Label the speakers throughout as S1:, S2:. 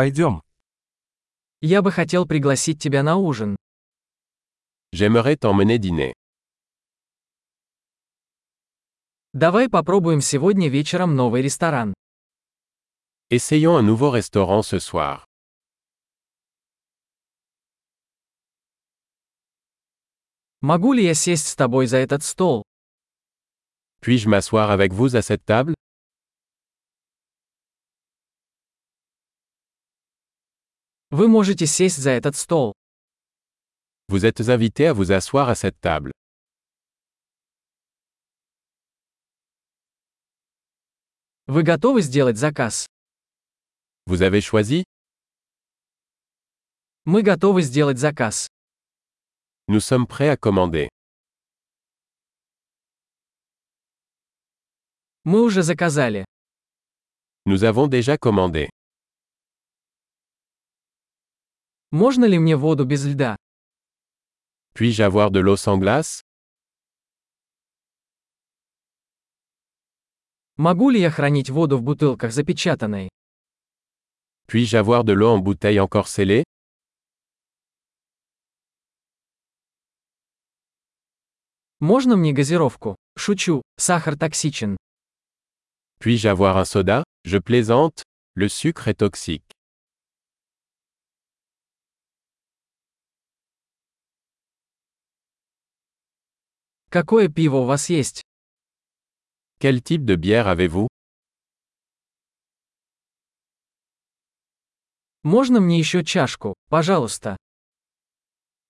S1: Пойдем.
S2: Я бы хотел пригласить тебя на ужин.
S3: J'aimerais t'emmener dîner.
S2: Давай попробуем сегодня вечером новый ресторан.
S3: Essayons un nouveau restaurant ce soir.
S2: Могу ли я сесть с тобой за этот стол?
S3: Puis-je m'asseoir avec vous à cette table
S2: Вы можете сесть за этот стол.
S3: Vous êtes invité à vous asseoir à cette table.
S2: Вы готовы сделать заказ?
S3: Vous avez choisi
S2: Мы готовы сделать заказ.
S3: Nous sommes prêts à commander.
S2: Мы уже заказали.
S3: Nous avons déjà commandé.
S2: Можно ли мне воду без льда?
S3: Puis-je avoir de l'eau sans glace
S2: Могу ли я хранить воду в бутылках запечатанной?
S3: Puis-je avoir de l'eau en bouteille encore scellée
S2: Можно мне газировку? Шучу, сахар токсичен.
S3: Puis-je avoir un soda Je plaisante. Le sucre est toxique.
S2: Какое пиво у вас есть?
S3: Quel type de bière avez-vous
S2: Можно мне еще чашку, пожалуйста?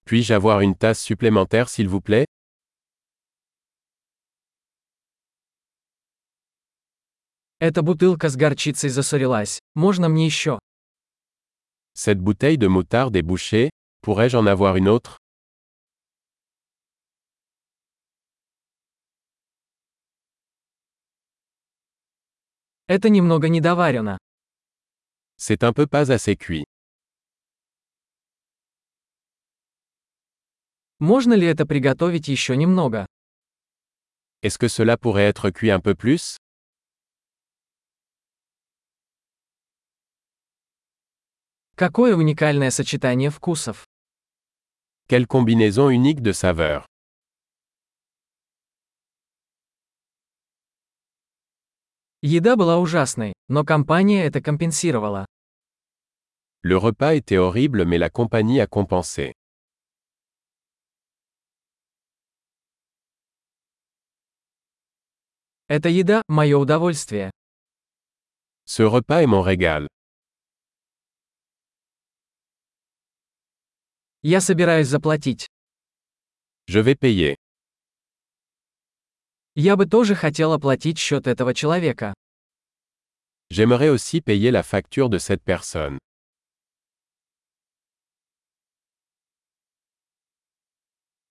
S3: Puis-je avoir une tasse supplémentaire s'il vous plaît
S2: Эта бутылка с горчицей засорилась. Можно мне еще?
S3: Cette bouteille de moutarde est bouchée. Pourrais-je en avoir une autre
S2: Это немного недоварено.
S3: C'est un peu pas assez cuit.
S2: Можно ли это приготовить еще немного?
S3: Est-ce que cela pourrait être cuit un peu plus
S2: Какое уникальное сочетание вкусов.
S3: Quelle combinaison unique de saveurs
S2: Еда была ужасной, но компания это компенсировала.
S3: Le repas était horrible mais la compagnie a compensé.
S2: Эта еда – мое удовольствие.
S3: Ce repas est mon régal.
S2: Я собираюсь заплатить.
S3: Je vais payer.
S2: Я бы тоже хотел оплатить счет этого человека.
S3: J'aimerais aussi payer la facture de cette personne.